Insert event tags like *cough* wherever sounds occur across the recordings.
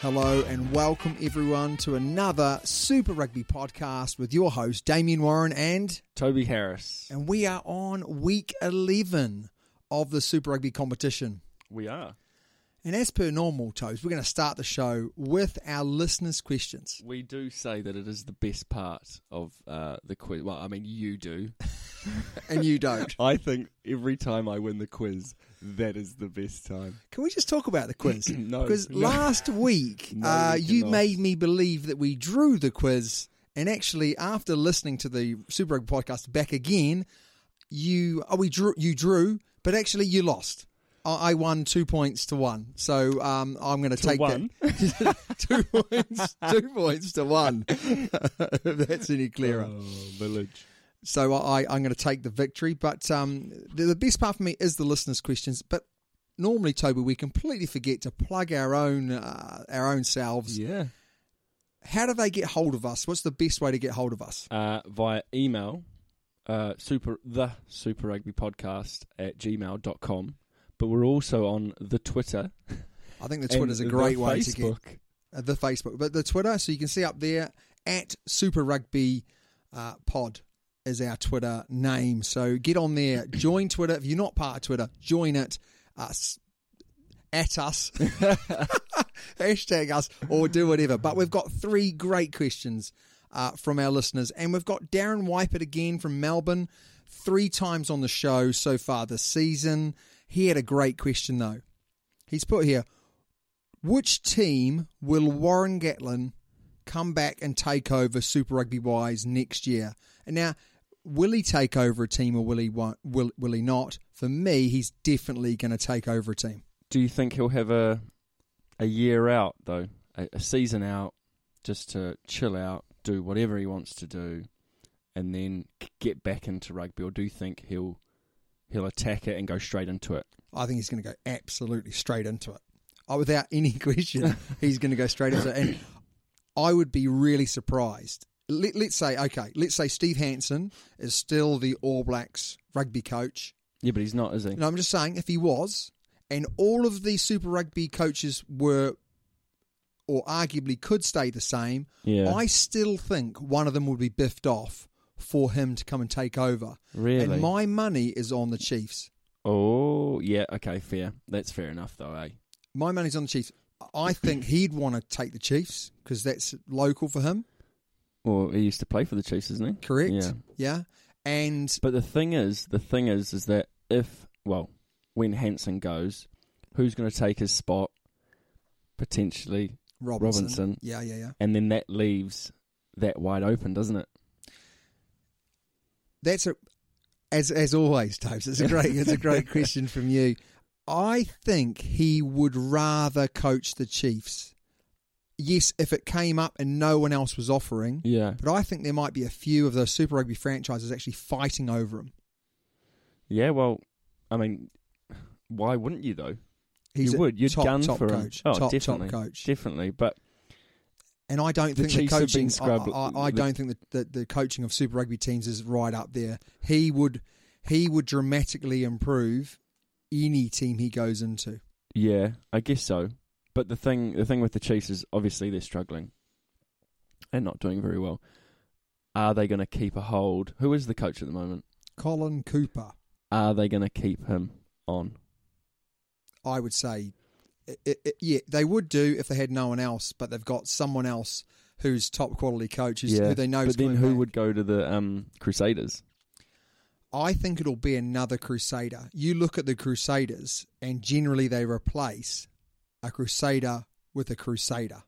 Hello and welcome everyone to another Super Rugby podcast with your host Damien Warren and Toby Harris. and we are on week 11 of the Super Rugby competition. We are. And as per normal, Toes, we're going to start the show with our listeners' questions. We do say that it is the best part of uh, the quiz. Well, I mean, you do. And you don't. *laughs* I think every time I win the quiz, that is the best time. Can we just talk about the quiz? *clears throat* No. Because *laughs* No. last week No, uh, we you cannot. made me believe that we drew the quiz. And actually, after listening to the Super Rugby podcast back again, you oh, we drew you drew, but actually you lost. I I won two points to one, so um, I'm going to take one? that *laughs* two *laughs* points, *laughs* two points to one. if that's any clearer. Oh, village. So I, I'm going to take the victory. But um, the, the best part for me is the listeners' questions. But normally, Toby, we completely forget to plug our own uh, our own selves. Yeah. How do they get hold of us? What's the best way to get hold of us? Uh, via email, uh, super the Super Rugby Podcast at gmail.com. But we're also on the Twitter. I think the and Twitter's a great the way to get Facebook. uh, the Facebook, but the Twitter. So you can see up there at Super Rugby uh, Pod is our Twitter name. So get on there, join Twitter. If you're not part of Twitter, join it. Us at us. *laughs* Hashtag us or do whatever. But we've got three great questions uh, from our listeners. And we've got Darren Wipert again from Melbourne, three times on the show so far this season. He had a great question, though. He's put here Which team will Warren Gatlin come back and take over Super Rugby wise next year? And now, will he take over a team or will he, won't, will, will he not? For me, he's definitely going to take over a team. Do you think he'll have a a year out though, a, a season out, just to chill out, do whatever he wants to do, and then c- get back into rugby? Or do you think he'll he'll attack it and go straight into it? I think he's going to go absolutely straight into it. Oh, without any *laughs* question, he's going to go straight into it. And I would be really surprised. Let, let's say, okay, let's say Steve Hansen is still the All Blacks rugby coach. Yeah, but he's not, is he? And I'm just saying, if he was, and all of the Super Rugby coaches were, or arguably could stay the same, Yeah. I still think one of them would be biffed off for him to come and take over. Really? And my money is on the Chiefs. Oh, yeah. Okay, fair. That's fair enough, though. Eh? My money's on the Chiefs. I *clears throat* think he'd want to take the Chiefs because that's local for him, Well, he used to play for the Chiefs, isn't he? correct? Yeah. And But the thing is, the thing is, is that if well, when Hansen goes, who's going to take his spot? Potentially Robinson. Robinson. Yeah, yeah, yeah. and then that leaves that wide open, doesn't it? That's a as as always, Tobes. It's a great it's a *laughs* great question from you. I think he would rather coach the Chiefs. yes, if it came up and no one else was offering. Yeah. But I think there might be a few of those Super Rugby franchises actually fighting over him. Yeah, well, I mean, why wouldn't you though? He's you a would. You'd top, gun top for him. coach. Oh, Top, top definitely, coach. definitely. But And I don't The think the Chiefs have been coaching. I, scrubbed- I, I the- don't think that the, the coaching of Super Rugby teams is right up there. He would, he would dramatically improve any team he goes into. yeah, I guess so. But the thing, the thing with the Chiefs is obviously they're struggling and not doing very well. Are they going to keep a hold? Who is the coach at the moment? Colin Cooper, Are they going to keep him on? I would say, i i i- yeah, they would do if they had no one else, but they've got someone else who's top quality coach who's, who they know. is But then coming who back. would go to the um, Crusaders? I think it'll be another Crusader. You look at the Crusaders, and generally they replace a Crusader with a Crusader.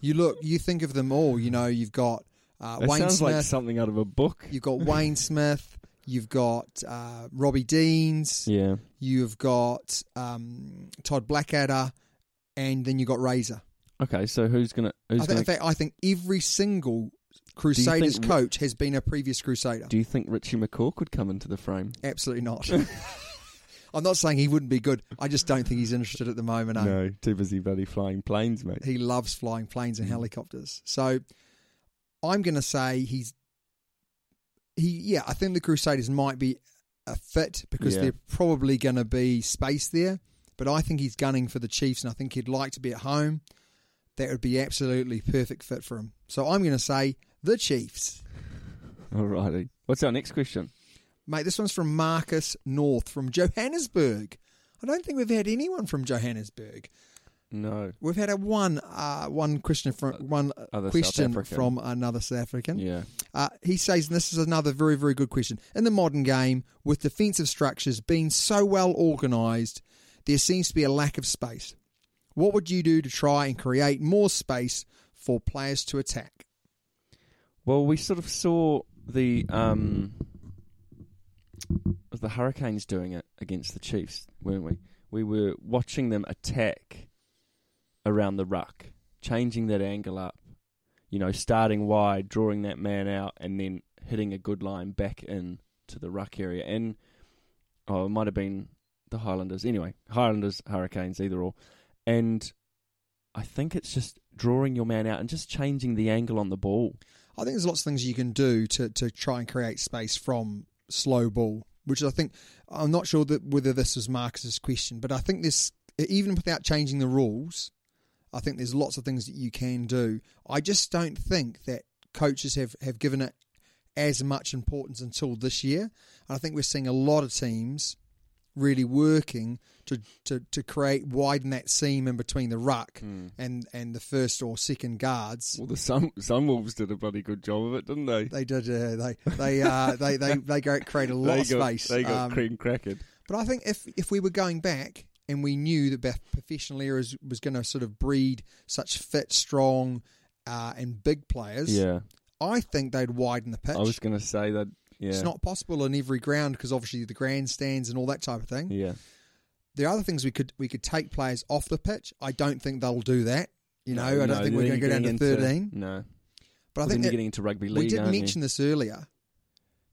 You look, you think of them all. You know, you've got uh, that Wayne sounds Smith, like something out of a book. you've got Wayne Smith, you've got uh, Robbie Deans, Yeah, you've got um, Todd Blackadder, and then you've got Razor. Okay, so who's gonna? Who's I think, gonna in fact, I think every single Crusaders think- coach has been a previous Crusader. do you think Richie McCaw could come into the frame? Absolutely *laughs* not. *laughs* I'm not saying he wouldn't be good. I just don't think he's interested at the moment. eh? too busy bloody flying planes, mate. He loves flying planes and helicopters. So I'm going to say he's he yeah, I think the Crusaders might be a fit because Yeah. they're probably going to be space there, but I think he's gunning for the Chiefs and I think he'd like to be at home. That would be absolutely perfect fit for him. So I'm going to say the Chiefs. Alrighty. What's our next question? Mate, this one's from Marcus North from Johannesburg. I don't think we've had anyone from Johannesburg. No. We've had a one uh, one question from one uh, Other South question African. from another South African. Yeah. Uh, he says, and this is another very, very good question. In the modern game, with defensive structures being so well organised, there seems to be a lack of space. What would you do to try and create more space for players to attack? Well, we sort of saw the um, the Hurricanes doing it against the Chiefs, weren't we? We were watching them attack around the ruck, changing that angle up. You know, starting wide, drawing that man out, and then hitting a good line back in to the ruck area. And oh, it might have been the Highlanders. Anyway, Highlanders, Hurricanes, either or. And I think it's just drawing your man out and just changing the angle on the ball. I think there's lots of things you can do to, to try and create space from slow ball, which I think I'm not sure that whether this was Marcus's question, but I think this even without changing the rules, I think there's lots of things that you can do. I just don't think that coaches have, have given it as much importance until this year. And I think we're seeing a lot of teams really working to, to, to create widen that seam in between the ruck and, and the first or second guards. Well, the Sun Sunwolves did a bloody good job of it, didn't they? They did. Uh, they they uh, they *laughs* they they go- create a lot They of got- space. They got Um, cream cracking. But I think if if we were going back and we knew that Beth professional era was, was going to sort of breed such fit, strong, uh, and big players, Yeah, I think they'd widen the pitch. I was going to say that. Yeah, It's not possible on every ground because obviously the grandstands and all that type of thing. Yeah, There are other things we could we could take players off the pitch. I don't think they'll do that. You know, I don't think we're going to go down to thirteen. No, But I then think you're it- getting into rugby league. We did aren't you? mention this earlier.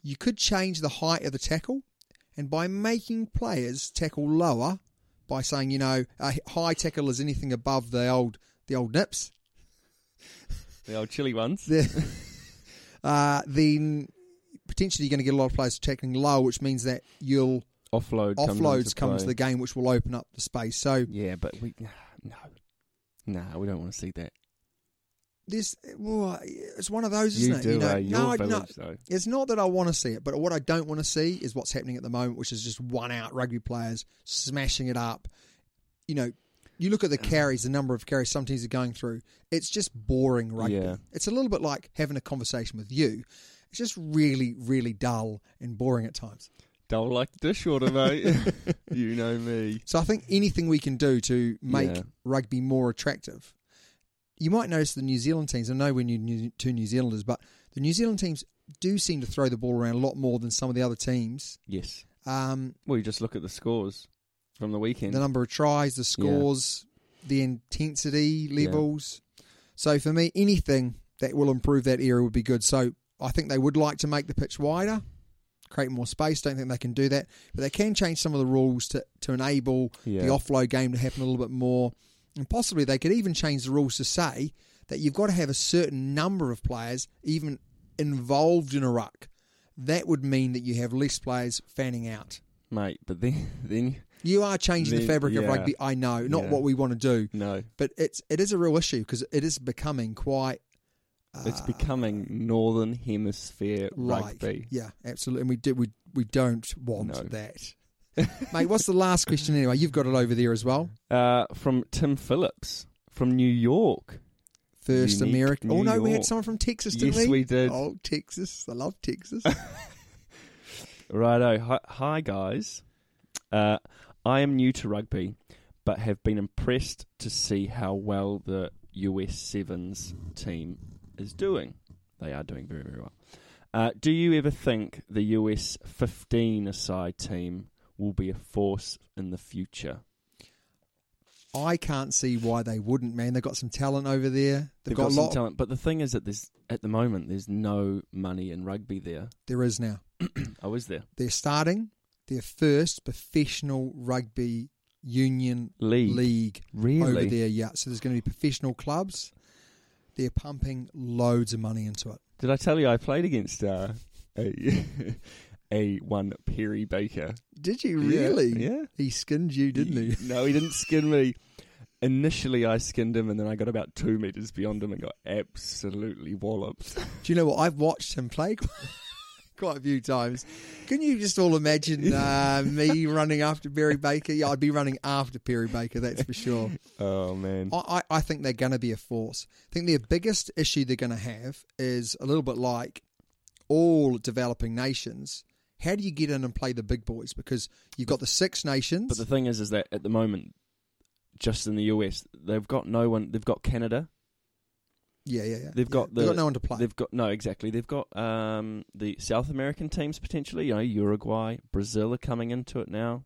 You could change the height of the tackle, and by making players tackle lower, by saying you know a high tackle is anything above the old the old nips, the old chilly ones. the, uh, then potentially you're going to get a lot of players tackling low, which means that you'll Offload comes offloads into come into play. the game, which will open up the space. So Yeah, but we nah, no, nah, we don't want to see that. this well, it's one of those, isn't You it? do, eh? You're no, I- no, village, though. it's not that I want to see it, but what I don't want to see is what's happening at the moment, which is just one out rugby players smashing it up. You know, you look at the carries, the number of carries some teams are going through. It's just boring rugby. Yeah. It's a little bit like having a conversation with you. It's just really, really dull and boring at times. Don't like the dish order, *laughs* mate. *laughs* you know me. So I think anything we can do to make Yeah. rugby more attractive. You might notice the New Zealand teams. I know we're new, new, two New Zealanders, but the New Zealand teams do seem to throw the ball around a lot more than some of the other teams. Yes. Um, Well, you just look at the scores from the weekend. the number of tries, the scores, the intensity levels. So for me, anything that will improve that area would be good. So I think they would like to make the pitch wider, create more space. Don't think they can do that, but they can change some of the rules to to enable Yeah. the offload game to happen a little bit more, and possibly they could even change the rules to say that you've got to have a certain number of players even involved in a ruck. That would mean that you have less players fanning out. mate. But then, *laughs* then You are changing the Then- fabric of yeah. rugby. I know, not Yeah. what we want to do, no, but it's it is a real issue because it is becoming quite it's Ah. becoming Northern Hemisphere like rugby. yeah, absolutely. And we do we we don't want No. *laughs* that, mate. What's the last question anyway? You've got it over there as well. Uh, from Tim Phillips from New York. First Unique American. New Oh no, we York. had someone from Texas, didn't Yes, we? we did. Oh, Texas! I love *laughs* Texas. Righto. Hi, hi guys. Uh, I am new to rugby, but have been impressed to see how well the US Sevens team is doing. They are doing very, very well. Uh, do you ever think the US 15 aside team will be a force in the future? I can't see why they wouldn't, man. They've got some talent over there. They've, got, a some lot. talent, but the thing is that there's at the moment there's no money in rugby there. There is now. Oh, is there? They're starting their first professional rugby union League. Really? over there. Yeah, so there's going to be professional clubs. They're pumping loads of money into it. Did I tell you I played against uh, a *laughs* a one Perry Baker? Did you Yeah, really? yeah. He skinned you, didn't *laughs* he? No, he didn't skin me. Initially, I skinned him, and then I got about two meters beyond him and got absolutely walloped. Do you know what? I've watched him play *laughs* qu- quite a few times. Can you just all imagine *laughs* uh, me running after Barry Baker? Yeah, I'd be running after Perry Baker, that's for sure. Oh man! I, I I think they're going to be a force. I think their biggest issue they're going to have is a little bit like all developing nations. How do you get in and play the big boys? Because you've got the Six Nations. But the thing is, is that at the moment, just in the US, they've got no one. They've got Canada. yeah, yeah, yeah. They've yeah. got the, they've got no one to play. They've got no exactly. They've got um, the South American teams potentially. You know, Uruguay, Brazil are coming into it now.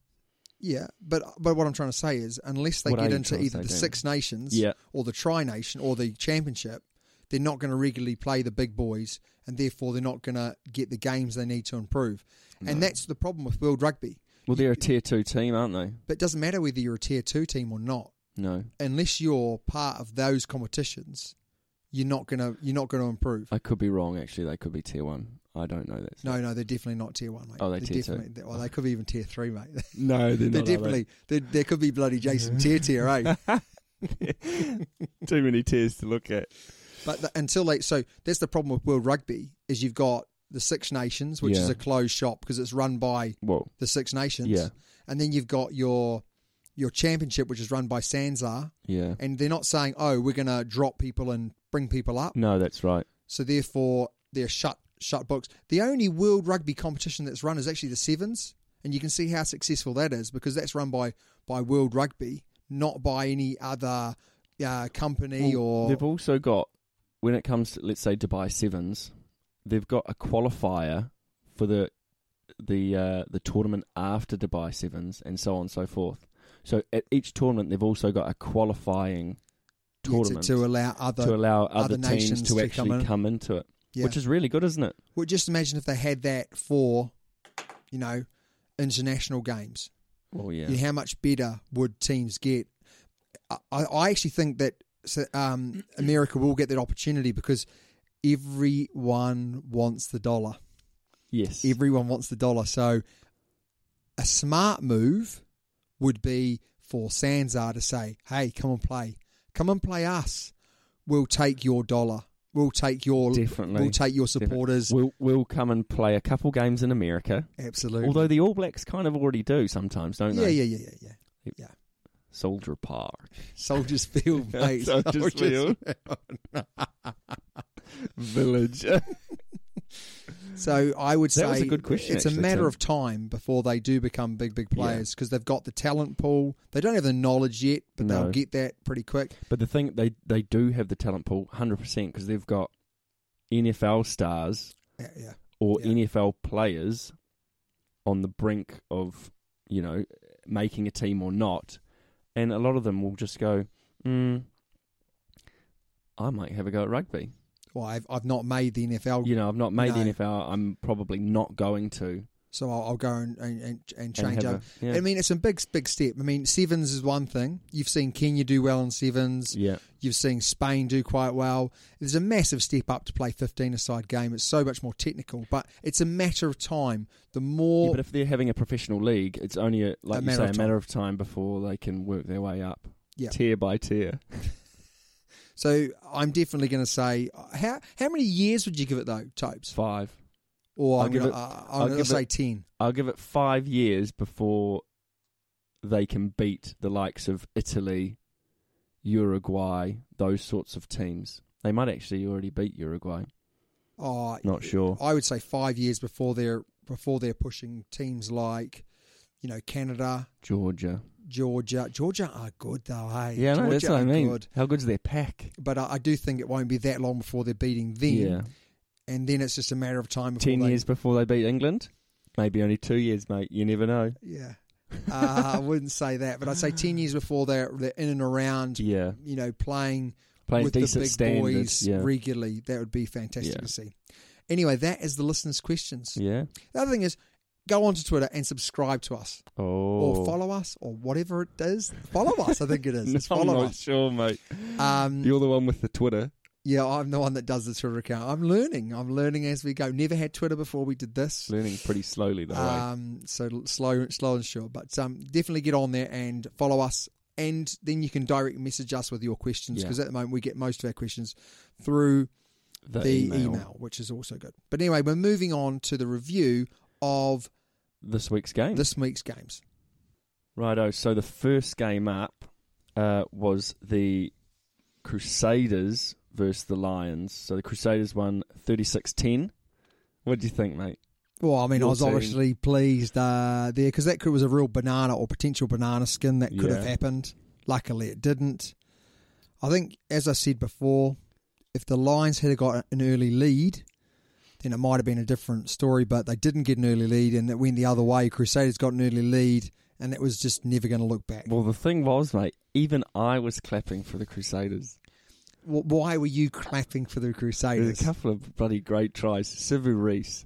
Yeah, but but what I'm trying to say is, unless they What are get you into trying to either say, the Damien? Six Nations, Yeah. or the Tri Nation, or the Championship, they're not going to regularly play the big boys, and therefore they're not going to get the games they need to improve. And that's the problem with world rugby. Well, they're a tier two team, aren't they? But it doesn't matter whether you're a tier two team or not, No, unless you're part of those competitions, you're not going to you're not going to improve. I could be wrong. Actually, they could be tier one. I don't know that. No, no, they're definitely not tier one, mate. Oh, they're tier two. definitely, they- well, they could be even tier three, mate. *laughs* no, they're they're, not, are they? definitely they? there could be bloody Jason tier tier, eh? *laughs* *laughs* too many tiers to look at. But the, until they, so that's the problem with world rugby is you've got the Six Nations, which Yeah. is a closed shop because it's run by Well, the Six Nations, Yeah. and then you've got your your championship, which is run by Sanzar, yeah. and they're not saying, oh, we're going to drop people and bring people up, No, that's right. so therefore they're shut shut books. The only world rugby competition that's run is actually the Sevens, and you can see how successful that is because that's run by by World Rugby, not by any other uh, company Well, or they've also got when it comes to let's say Dubai Sevens, they've got a qualifier for the the uh, the tournament after Dubai Sevens and so on and so forth. So at each tournament, they've also got a qualifying Yeah, to- tournament to allow other to allow other other, teams nations to, to actually come come, in. into it, Yeah. which is really good, isn't it? Well, just imagine if they had that for, you know, international games. Well, yeah, You know, how much better would teams get? I, I- I actually think that so, um, America will get that opportunity because everyone wants the dollar. yes, Everyone wants the dollar. So a smart move would be for Sanzar to say, hey, come and play. Come and play us. We'll take your dollar. We'll take your definitely. we'll take your Definitely. supporters. We'll we'll come and play a couple games in America. Absolutely. Although the All Blacks kind of already do sometimes, don't yeah, they? yeah, yeah, yeah, yeah. Soldier Park. Soldiers *laughs* Field, mate. Soldiers Field. *laughs* Village. So I would say That was a good question, It's a actually, matter Tim. of time before they do become big, big players because they've got the talent pool. They don't have the knowledge yet, but they'll No. get that pretty quick. but the thing they they do have the talent pool 100% because they've got NFL stars Yeah, yeah. or Yeah. NFL players on the brink of, you know, making a team or not. And a lot of them will just go, mm, "Hmm, I might have a go at rugby. Well, I've, I've not made the NFL. You know, I've not made No. the NFL. I'm probably not going to. So I'll, I'll go and, and, and, and change have a- over. yeah. I mean, it's a big, big step. I mean, sevens is one thing. You've seen Kenya do well in sevens. Yeah. You've seen Spain do quite well. There's a massive step up to play 15 a side game. It's so much more technical, but it's a matter of time. The Yeah, more. but if they're having a professional league, it's only a, like A you matter say, of a matter of time before they can work their way up, Yeah. tier by tier. so I'm definitely going to say, how how many years would you give it though, Topes? Five. Or I'll I'm give going it- I'll to give say it- 10. I'll give it five years before they can beat the likes of Italy, Uruguay, those sorts of teams. They might actually already beat Uruguay. Oh, Not sure. I would say five years before they're before they're pushing teams like, you know, Canada, Georgia. Georgia. Georgia are good though, hey. Yeah, Georgia no, that's what I are mean. good. How good's their pack? But I, I do think it won't be that long before they're beating them. Yeah. And then it's just a matter of time. before Ten they- years before they beat England? Maybe only two years, mate. You never know. Yeah. Uh, I wouldn't say that, but I'd say ten years before they're they're in and around. Yeah. You know, playing Playing with the decent big standards. boys Yeah. regularly. That would be fantastic Yeah. to see. Anyway, that is the listeners' questions. yeah. The other thing is, go onto Twitter and subscribe to us. Oh. or follow us or whatever it is. Follow us, I think it is. *laughs* No, It's follow I'm not us. sure, mate. Um, You're the one with the Twitter. yeah, I'm the one that does the Twitter account. I'm learning. I'm learning as we go. Never had Twitter before we did this. Learning pretty slowly, though. eh? Um, so l- slow, slow and sure. But um, definitely get on there and follow us. And then you can direct message us with your questions Yeah. because at the moment we get most of our questions through the, email. which is also good. But anyway, we're moving on to the review of This week's game. this week's games. Righto. So the first game up uh, was the Crusaders versus the Lions. So the Crusaders won 36-10. What do you think, mate? Well, I mean, I Your was team. obviously pleased uh, there because that could, was a real banana or potential banana skin that could have Yeah. happened. Luckily, it didn't. I think, as I said before, if the Lions had got an early lead, then it might have been a different story. But they didn't get an early lead, and it went the other way. Crusaders got an early lead, and that was just never going to look back. Well, the thing was, mate, even I was clapping for the Crusaders. Wh- Why were you clapping for the There's Crusaders? a couple of bloody great tries. Sivu Reese,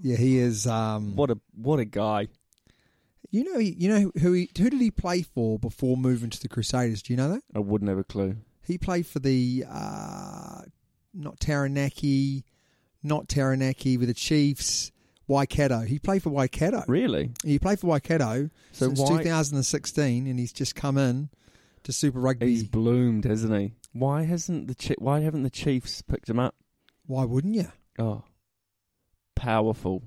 Yeah, he is. Um, what a what a guy. you know? You know who? He, who did he play for before moving to the Crusaders? Do you know that? I wouldn't have a clue. He played for the uh, not Taranaki, not Taranaki with the Chiefs, Waikato. He played for Waikato. Really? He played for Waikato So since why- 2016, and he's just come in to Super Rugby. He's bloomed, hasn't he? Why hasn't the chi- Why haven't the Chiefs picked him up? Why wouldn't you? Oh, powerful,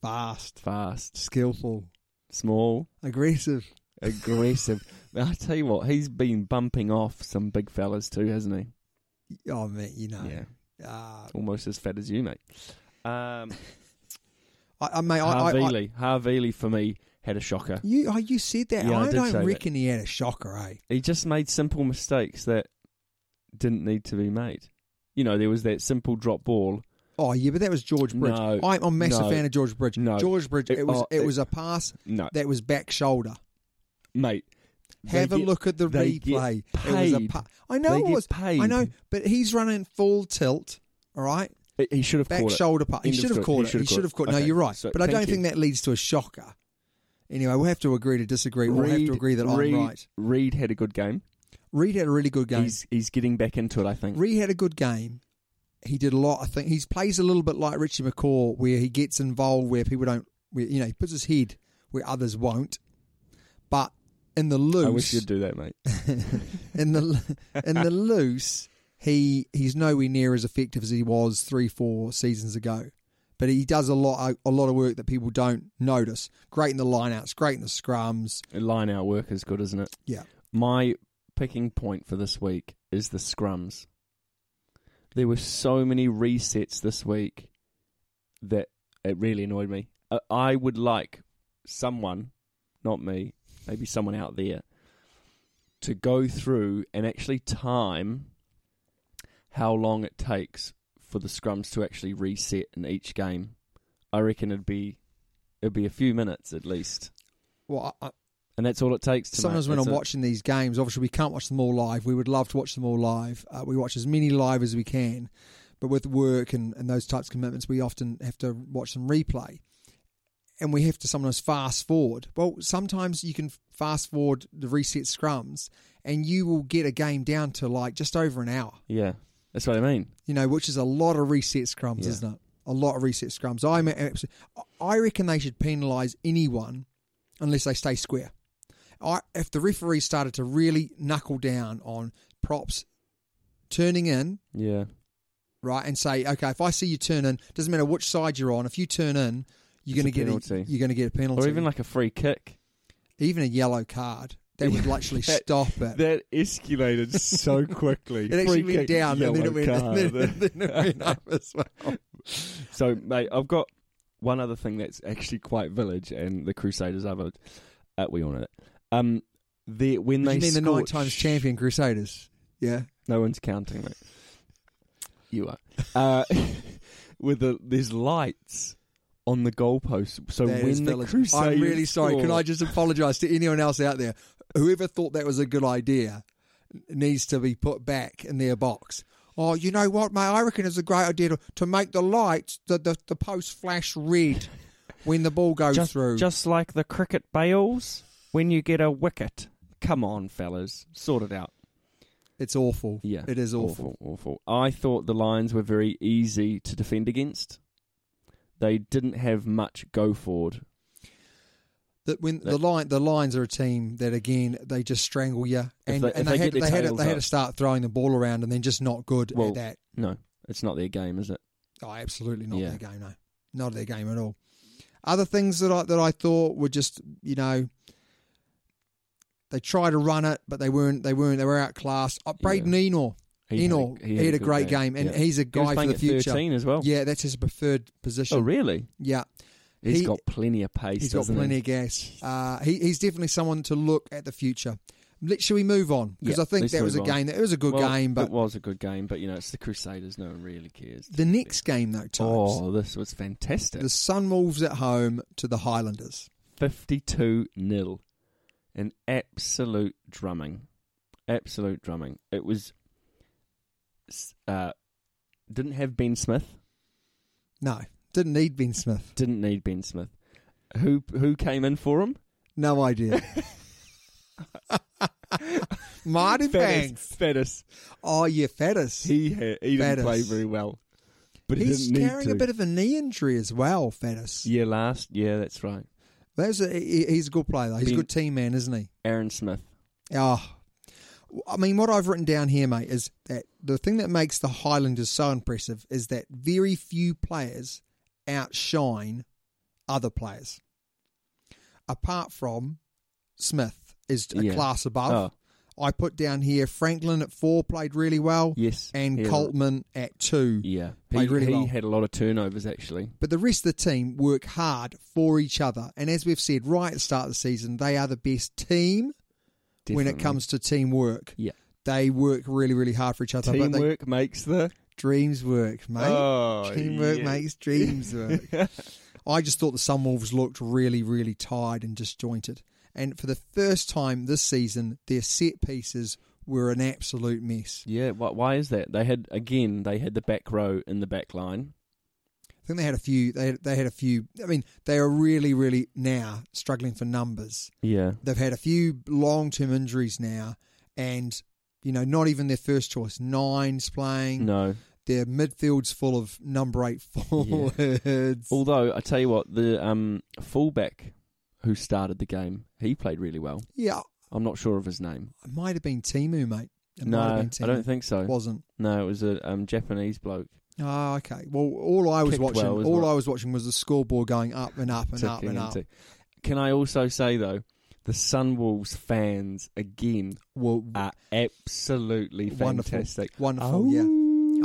Fast, fast, skillful, small, aggressive. *laughs* aggressive. I tell you what, he's been bumping off some big fellas too, hasn't he? Oh man, you know. Uh, almost as fat as you, mate. Um, I, *laughs* I, mate, I, I, I, Harvey Harvey for me had a shocker. you, oh, you said that. Yeah, I I, did don't say that. reckon he had a shocker, eh? He just made simple mistakes that didn't need to be made. You know, there was that simple drop ball. Oh yeah, but that was George Bridge. No. I'm a massive No. fan of George Bridge. No. George Bridge. It, It- was oh, it, it- was a pass No, that was back shoulder. mate. they Have a get- look at the they get replay. It was a paid. pa- I know They it get was. paid. I know, but he's running full tilt. All right, He- He should have back caught it. shoulder pass. He End of should have story. caught it. He should have caught. No, Okay, you're right. so but I thank don't you. think that leads to a shocker. Anyway, we'll have to agree to disagree. We'll have to agree that Reed, I'm right. Reed had a good game. Reed had a really good game. He's he's getting back into it. I think. Reed had a good game. He did a lot. I think he plays a little bit like Richie McCaw, where he gets involved where people don't. Where, you know, he puts his head where others won't. But in the loose, I wish you'd do that, mate. *laughs* in the in the loose, he he's nowhere near as effective as he was three four seasons ago. But he does a lot a lot of work that people don't notice. Great in the lineouts, great in the scrums. Line out work is good, isn't it? Yeah, My picking point for this week is the scrums. There were so many resets this week that it really annoyed me. I- I would like someone, not me, maybe someone out there, to go through and actually time how long it takes for the scrums to actually reset in each game. I reckon it'd be it'd be a few minutes at least. well, I, I, and that's all it takes. To Sometimes when I'm watching these games, obviously we can't watch them all live. We would love to watch them all live. Uh, we watch as many live as we can, but with work and, and those types of commitments, we often have to watch them replay. And we have to sometimes fast forward. Well, sometimes you can fast forward the reset scrums, and you will get a game down to like just over an hour. yeah, that's what I mean. You know, which is a lot of reset scrums, Yeah. isn't it? A lot of reset scrums. I'm absolutely, I reckon they should penalise anyone unless they stay square. I, if the referee started to really knuckle down on props turning in, Yeah, right, and say, okay, if I see you turn in, doesn't matter which side you're on. If you turn in, you're It's going a to get a, penalty. you're going to get a penalty, or even like a free kick. even a yellow card. That would literally *laughs* That- stop it. That escalated *laughs* so quickly. it actually Free went kick, down, and then it yellow went, *laughs* and then, card. then it went up as well. So, mate, I've got one other thing that's actually quite village, and the Crusaders are village. Uh, we all know that. Um, the when Did they you mean the scored- nine times champion Crusaders? Yeah. No one's counting, mate. You are. Uh, *laughs* with the there's lights on the goalposts, so That when is the village. Crusaders, I'm really sorry. Can I score- just apologise to anyone else out there? Whoever thought that was a good idea needs to be put back in their box. Oh, you know what, mate? I reckon it's a great idea to, to make the lights, the, the, the post flash red when the ball goes just, through. just like the cricket bales when you get a wicket. Come on, fellas, sort it out. it's awful. Yeah, It is awful. awful, awful. I thought the Lions were very easy to defend against. They didn't have much go forward. That when the line, the Lions are a team that again they just strangle you, and they- if and they they, had get they their had, to, tails they had up. to start throwing the ball around, and then just not good Well, at that. no, it's not their game, is it? Oh, absolutely not Yeah. their game. No, not their game at all. Other things that I that I thought were just you know they tried to run it, but they weren't. They weren't. They were outclassed. Oh, Braden Enor, He had a- Enor, he he had had a a good great game. game, and Yeah. he's a He was guy for playing the at future. 13 as well. Yeah, that's his preferred position. Oh, really? Yeah, He's He- got plenty of pace. he's got doesn't plenty he? of gas. Uh, he, he's definitely someone to look at the future. Let- Shall we move on? Because Yeah, I think let's that was a move on. game. That it was a good Well, game, but it was a good game. But you know, it's the Crusaders. No one really cares. the next game though, Tobes, Oh, this was fantastic. the Sunwolves at home to the Highlanders. Fifty-two 0 an absolute drumming, absolute drumming. It was. s- Uh, didn't have Ben Smith. No, didn't need Ben Smith. Didn't need Ben Smith. Who who came in for him? No *laughs* idea. Martin Banks. Fettis. Fettis. Oh, yeah, Fettis. He had, he didn't Fettis. play very well. But he He's didn't need carrying a to. bit of a knee injury as well, Fettis. Yeah, last. Yeah, that's right. That's a, he- he's a good player, though. He's Ben- a good team man, isn't he? Aaron Smith. Oh. I mean, what I've written down here, mate, is that the thing that makes the Highlanders so impressive is that very few players outshine other players. Apart from Smith is a Yeah. Oh. class above. I put down here Franklin at four played really well. Yes, And yeah. Coltman at two. Yeah, he, Played really he well. had a lot of turnovers actually. But the rest of the team work hard for each other. And as we've said right at the start of the season, they are the best team when it Definitely. comes to teamwork. yeah, They work really, really hard for each other. but they- teamwork makes the dreams work, mate. Oh, teamwork yeah. makes dreams *laughs* work. I just thought the Sunwolves looked really, really tired and disjointed. And for the first time this season, their set pieces were an absolute mess. yeah. Why, why is that? They had again. They had the back row in the back line. I think they had a few. They had, they had a few. I mean, they are really, really now struggling for numbers. Yeah, They've had a few long term injuries now, and you know, not even their first choice nines playing. no. Their midfield's full of number eight *laughs* forwards. Although I tell you what, the um fullback who started the game, he played really well. Yeah, I'm not sure of his name. it might have been Timu, mate. It might have no, been Timu. I don't think so. it wasn't. No, it was a um, Japanese bloke. Oh, okay. Well, all I was Kicked watching, well as all well. I was watching was the scoreboard going up and up and up ticking and up. tick- Can I also say though, the Sunwolves fans again Well, are absolutely Wonderful. fantastic. Oh. Wonderful, yeah.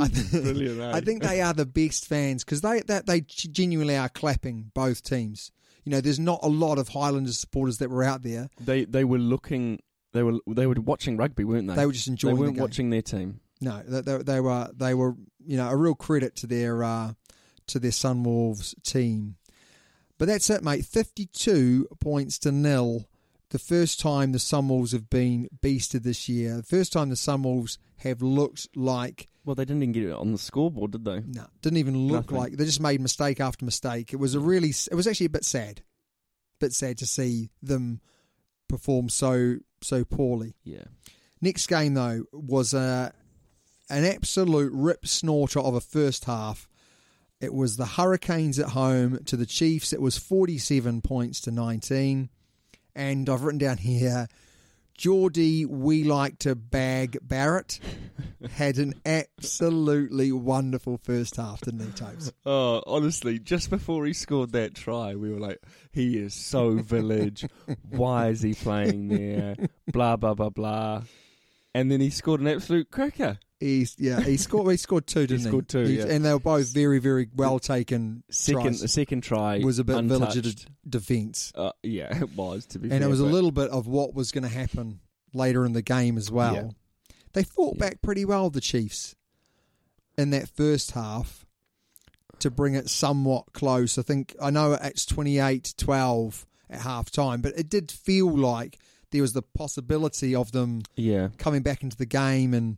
*laughs* I, th- Brilliant, eh? *laughs* I think they are the best fans because they that they genuinely are clapping both teams. You know, there's not a lot of Highlanders supporters that were out there. They they were looking. They were they were watching rugby, weren't they? They were just enjoying They the weren't game. watching their team. No, they, they, they were they were you know a real credit to their uh, to their Sunwolves team. But that's it, mate. Fifty-two points to nil. the first time the Sunwolves have been beasted this year. The first time the Sunwolves have looked like Well, they didn't even get it on the scoreboard, did they? no, didn't even look Nothing. like they just made mistake after mistake. It was a really, it was actually a bit sad, bit sad to see them perform so so poorly. Yeah. Next game though was a an absolute rip snorter of a first half. It was the Hurricanes at home to the Chiefs. It was 47 points to 19. And I've written down here Geordie, we like to bag *laughs* Barrett, had an absolutely wonderful first half, didn't he, Topes? Oh, honestly, just before he scored that try, we were like, he is *laughs* so village. Why is he playing there? Blah, blah, blah, blah. And then he scored an absolute cracker. He's, yeah, he scored, he scored two, didn't he? scored two, yeah. And they were both very, very well taken. Second, tries. the second try was a bit untouched. village defence. Uh, yeah, *laughs* it was to be and fair, it was a but- little bit of what was going to happen later in the game as well. Yeah. They fought Yeah. back pretty well, the Chiefs, in that first half to bring it somewhat close. I think I know it's 28-12 at half time, but it did feel like there was the possibility of them yeah. coming back into the game and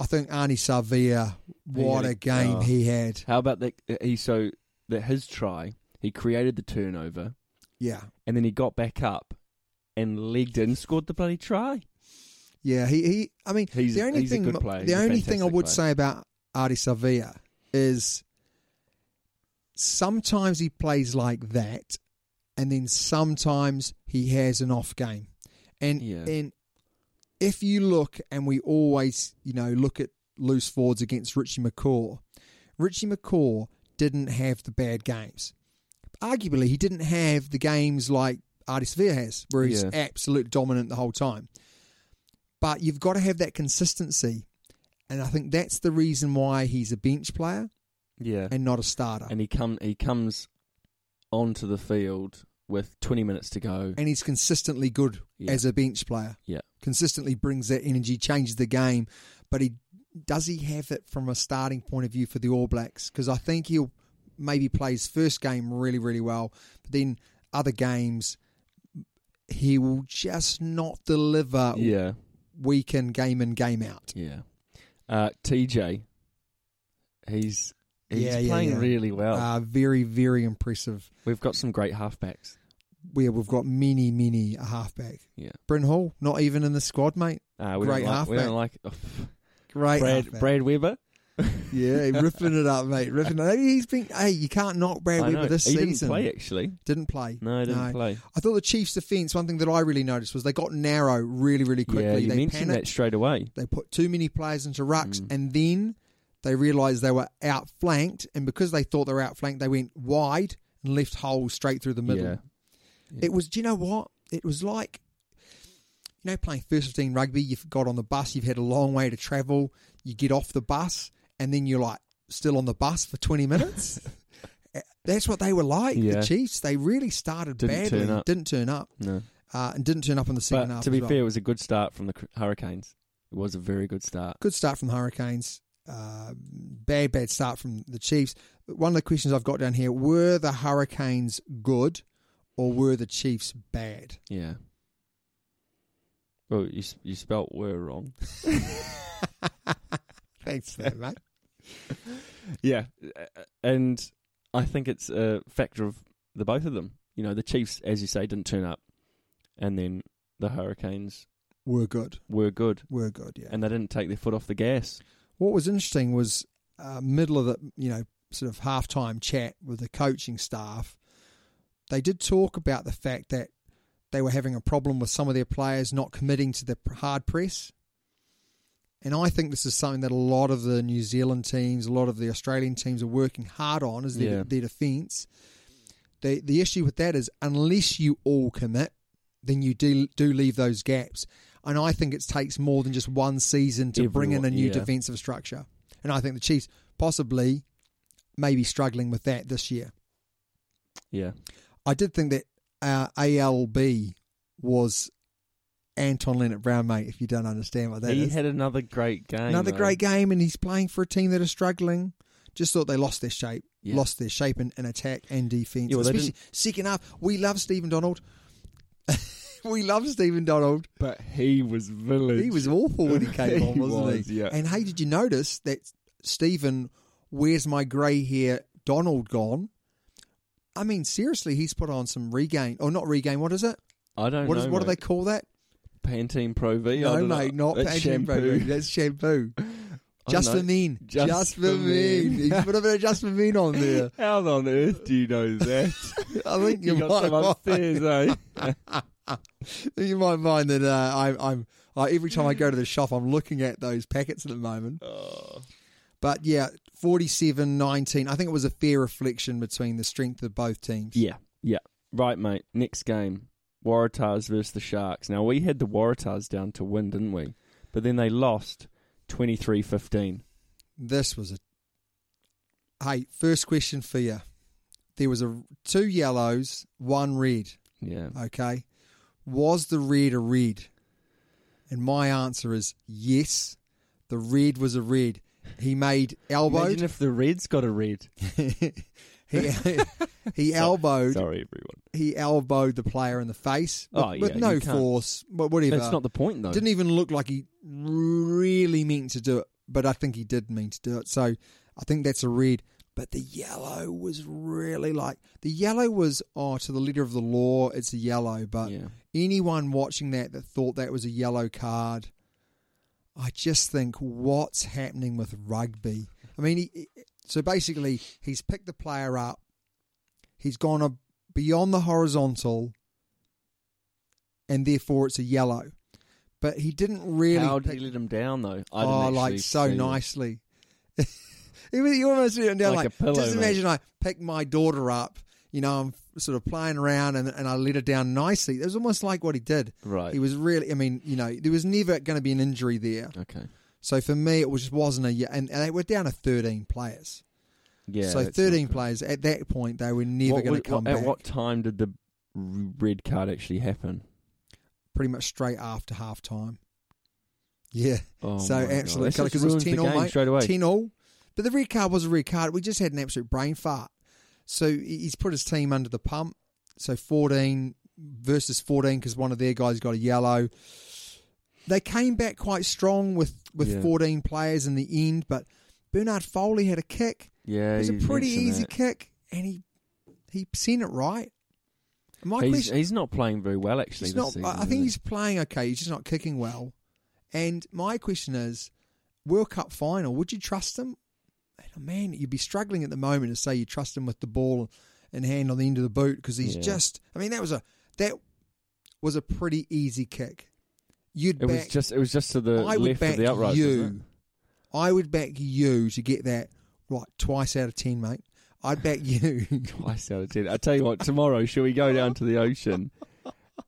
I think Arnie Savia, what He had a a- game oh. he had. How about that? uh, He so that his try, he created the turnover, Yeah. and then he got back up and legged in, scored the bloody try. Yeah, he, he I mean, He's- the only he's a thing good player. the He's a only thing I fantastic would player. say about Artie Savia is sometimes he plays like that and then sometimes he has an off game. And Yeah. and if you look and we always, you know, look at loose forwards against Richie McCaw, Richie McCaw didn't have the bad games. Arguably he didn't have the games like Artie Savia has, where he's Yeah. absolute dominant the whole time but you've got to have that consistency. And I think that's the reason why he's a bench player Yeah, and, and not a starter. And, he come he comes onto the field with twenty minutes to go. he's consistently good Yeah. as a bench player. Yeah. Consistently brings that energy, changes the game. But he does he have it from a starting point of view for the All Blacks? Because I think he'll maybe play his first game really, really well, but then other games he will just not deliver yeah, week in, game in, game out. yeah. Uh, TJ, he's he's Yeah, yeah, playing yeah. really well. Uh, very, very impressive. We've got some great halfbacks. where we've got many, many a halfback. Yeah, Bryn Hall, not even in the squad, mate. uh, we Great don't like, we don't like oh, Great. Brad halfback. Brad Weber. Yeah, ripping it up, mate. Ripping it up. He's been, hey, you can't knock Brad I know. Weber this he season. didn't play actually. Didn't play. No, he didn't play. I thought the Chiefs' defence, one thing that I really noticed was they got narrow really, really quickly. yeah, you they mentioned panicked. that straight away. They put too many players into rucks, Mm. and then they realised they were outflanked. And because they thought they were outflanked, they went wide and left Hole straight through the middle. Yeah. It was, do you know what? It was like, you know, playing first 15 rugby, you've got on the bus, you've had a long way to travel, you get off the bus, and then you're like still on the bus for 20 minutes. *laughs* That's what they were like, Yeah. the Chiefs. They really started Didn't badly, turn up. didn't turn up, No. uh, and didn't turn up in the second But half. to be as well. fair, it was a good start from the Cr- Hurricanes. It was a very good start. good start from the Hurricanes. Uh, bad, bad start from the Chiefs. One of the questions I've got down here were the Hurricanes good or were the Chiefs bad? Yeah. Well, you s- you spelt were wrong. *laughs* Thanks for that, mate. Yeah, uh, and I think it's a factor of the both of them. You know, the Chiefs, as you say, didn't turn up, and then the Hurricanes Were good. were good, Were good, yeah. and they didn't take their foot off the gas. what was interesting was uh, middle of the you know sort of halftime chat with the coaching staff they did talk about the fact that they were having a problem with some of their players not committing to the p- hard press and I think this is something that a lot of the New Zealand teams, a lot of the Australian teams are working hard on is their, Yeah. their defence. The, the issue with that is unless you all commit, then you do, do leave those gaps. And I think it takes more than just one season to bring in a Everyone- new yeah. defensive structure. And I think the Chiefs possibly may be struggling with that this year. Yeah, I did think that uh, ALB was Anton Leonard Brown, mate, if you don't understand what that is. he had another great game. Another though. great game, and he's playing for a team that are struggling. Just thought they lost their shape, Yeah. lost their shape in, in attack and defense. Yeah, well, they Especially second half, we love Stephen Donald. *laughs* we love Stephen Donald. But he was village. He was awful *laughs* when he came He on, wasn't was, he? yeah. And hey, did you notice that Stephen, where's my grey hair, Donald gone? I mean, seriously, he's put on some regain, or not regain, what is it? I don't What know. is? what do they mate. call that? Pantene Pro V. I no, don't know. mate, not That's Pantene shampoo. Pro *laughs* V, That's shampoo. I Just don't for know. mean. Just for men. He's put a bit of just for mean on *laughs* there. How on earth do you know that? *laughs* I think you, you got might some upstairs, *laughs* eh? you might mind that uh, I, I'm I, every time I go to the shop, I'm looking at those packets at the moment. Oh. But yeah, 47 19. I think it was a fair reflection between the strength of both teams. Yeah, yeah. Right, mate. Next game Waratahs versus the Sharks. Now, we had the Waratahs down to win, didn't we? But then they lost 23 15. This was a. Hey, first question for you. There was a two yellows, one red. Yeah. Okay. Was the red a red? And my answer is yes. The red was a red. He made elbowed. Imagine if the Reds got a red. *laughs* he he elbowed. Sorry, everyone. He elbowed the player in the face with, Oh, yeah, with you no can't- force, but whatever. That's not the point, though. Didn't even look like he really meant to do it, but I think he did mean to do it. So I think that's a red. But the yellow was really like the yellow was oh to the letter of the law, it's a yellow. But Yeah. anyone watching that that thought that was a yellow card, I just think what's happening with rugby. I mean, he, so basically he's picked the player up, he's gone a, beyond the horizontal, and therefore it's a yellow. But he didn't really. How did pick- he let him down, though? I didn't oh, like actually so see it. nicely. *laughs* you you almost sit down like, Like a pillow, just mate. imagine I pick my daughter up. You know, I'm sort of playing around and, and I let her down nicely. It was almost like what he did. Right. He was really. I mean, you know, there was never going to be an injury there. Okay. So for me, it was just wasn't a. ye- And, and they were down to 13 players. Yeah. so that's not 13 good. players at that point, they were never What going to was- come what- back. At what time did the r- red card actually happen? pretty much straight after half time. Yeah. Oh so my God. absolutely, This just because it was ruins the 10 all, game mate. straight away. 10 all. But the red card was a red card. We just had an absolute brain fart. So he- he's put his team under the pump. So 14 versus 14 because one of their guys got a yellow. They came back quite strong with, with Yeah. 14 players in the end, but Bernard Foley had a kick. Yeah. It was a you pretty mentioned easy that. kick, and he he seen it right. My He's, question, he's not playing very well, actually. He's this not. season, I I is think he? he's playing okay. He's just not kicking well. And my question is, World Cup final, would you trust him? And oh, man, you'd be struggling at the moment to say you trust him with the ball in hand on the end of the boot because he's Yeah. just. I mean, that was a that was a pretty easy kick. You'd It back, was just. It was just to the I would left of back the outright. you. I would back you to get that right twice out of ten, mate. I'd back *laughs* you. Twice out of ten. I tell you what. Tomorrow, shall we go down to the ocean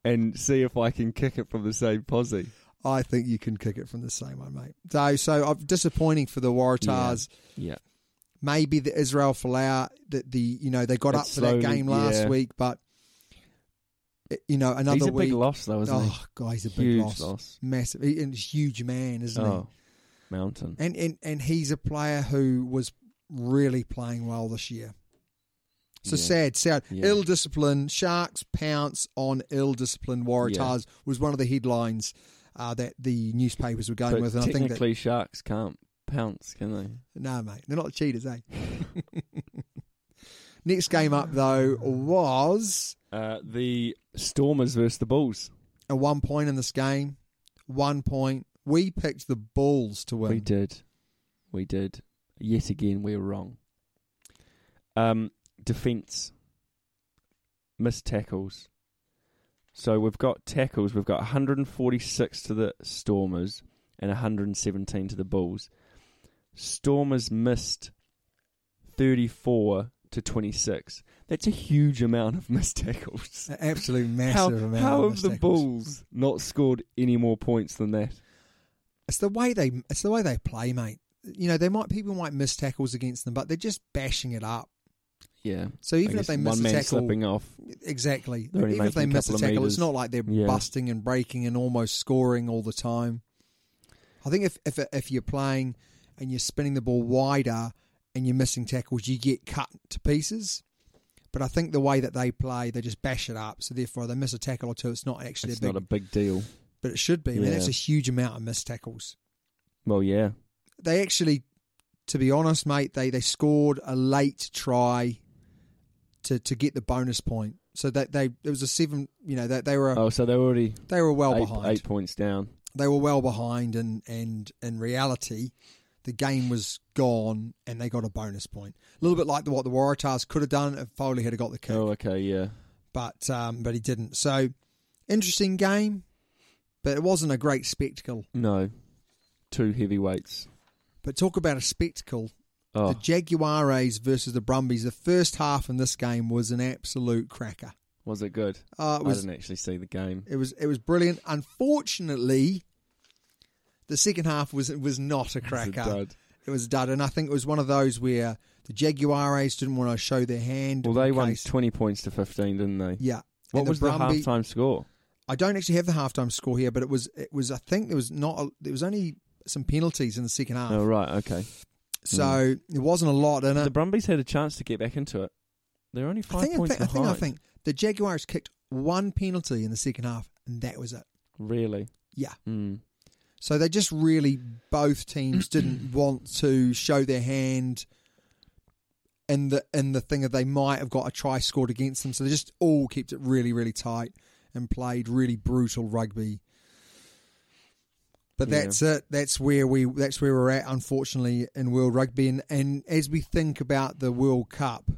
and see if I can kick it from the same posse? I think you can kick it from the same one, mate. So, so I'm disappointing for the Waratahs. Yeah. maybe the Israel Folau that the you know they got It up for slowly- that game last yeah. week, but eh, you know another he's a week. big loss, though, isn't oh, God, he's a big Huge loss. loss. massive, he, and he's a huge man, he? isn't Oh, mountain. he? And and and he's a player who was really playing well this year. So Yeah. sad, sad. Yeah. Ill discipline. Sharks pounce on ill disciplined Waratahs was one of the headlines uh, that the newspapers were going But with, and I think that technically, sharks can't pounce, can they? No, mate, they're not cheaters, eh? *laughs* Next game up though was Uh, the Stormers versus the Bulls. a one point in this game. One point. We picked the Bulls to win. We did. We did. Yet again, we were wrong. Um, defense. Missed tackles. So we've got tackles. We've got 146 to the Stormers and 117 to the Bulls. Stormers missed 34 to 26. That's a huge amount of *laughs* missed tackles. An absolute massive *laughs* How, amount. how of have the mistakes. Bulls not scored any more points than that? It's the way they. It's the way they play, mate. You know, they might people might miss tackles against them, but they're just bashing it up. Yeah. So I even if guess they miss one a man tackle- slipping off, Exactly. They're only Even if they making a miss a couple of tackle, it's metres. not like they're Yeah. busting and breaking and almost scoring all the time. I think if if if you're playing and you're spinning the ball wider and you're missing tackles, you get cut to pieces. But I think the way that they play, they just bash it up. So therefore, they miss a tackle or two. It's not actually It's a big, not a big deal. but it should be. I mean, Yeah. that's a huge amount of missed tackles. Well, yeah. They actually, to be honest, mate, they they scored a late try to to get the bonus point. So that they it was a seven. You know, that they were Oh, so they're already they were well eight, Oh, behind. eight points down. they were well behind and and in reality the game was gone and they got a bonus point a little bit like the, what the waratahs could have done if foley had have got the kick Oh, okay, yeah. but um, but he didn't so interesting game but it wasn't a great spectacle No, two heavyweights. but talk about a spectacle Oh, the jaguares versus the brumbies the first half in this game was an absolute cracker was it good? uh, it was I didn't actually see the game. It was it was brilliant. Unfortunately, the second half was was not a cracker. dud. It was a dud, and I think it was one of those where the Jaguares didn't want to show their hand. Well, they in won case- twenty points to fifteen, didn't they? Yeah. What And was the, Brumby- halftime score? I don't actually have the halftime score here, but it was it was I think there was not a, there was only some penalties in the second half, Oh, right, Mm. okay. so there wasn't a lot in The it. Brumbies had a chance to get back into it. They're only Uh, I five think I points think, I think behind. I think the Jaguars kicked one penalty in the second half, and that was it. Really? Yeah. Mm. So they just really both teams didn't want to show their hand in the in the thing that they might have got a try scored against them. So they just all kept it really, really tight and played really brutal rugby. But Yeah. that's it. That's where we that's where we're at, unfortunately, in World Rugby. And, and as we think about the World Cup,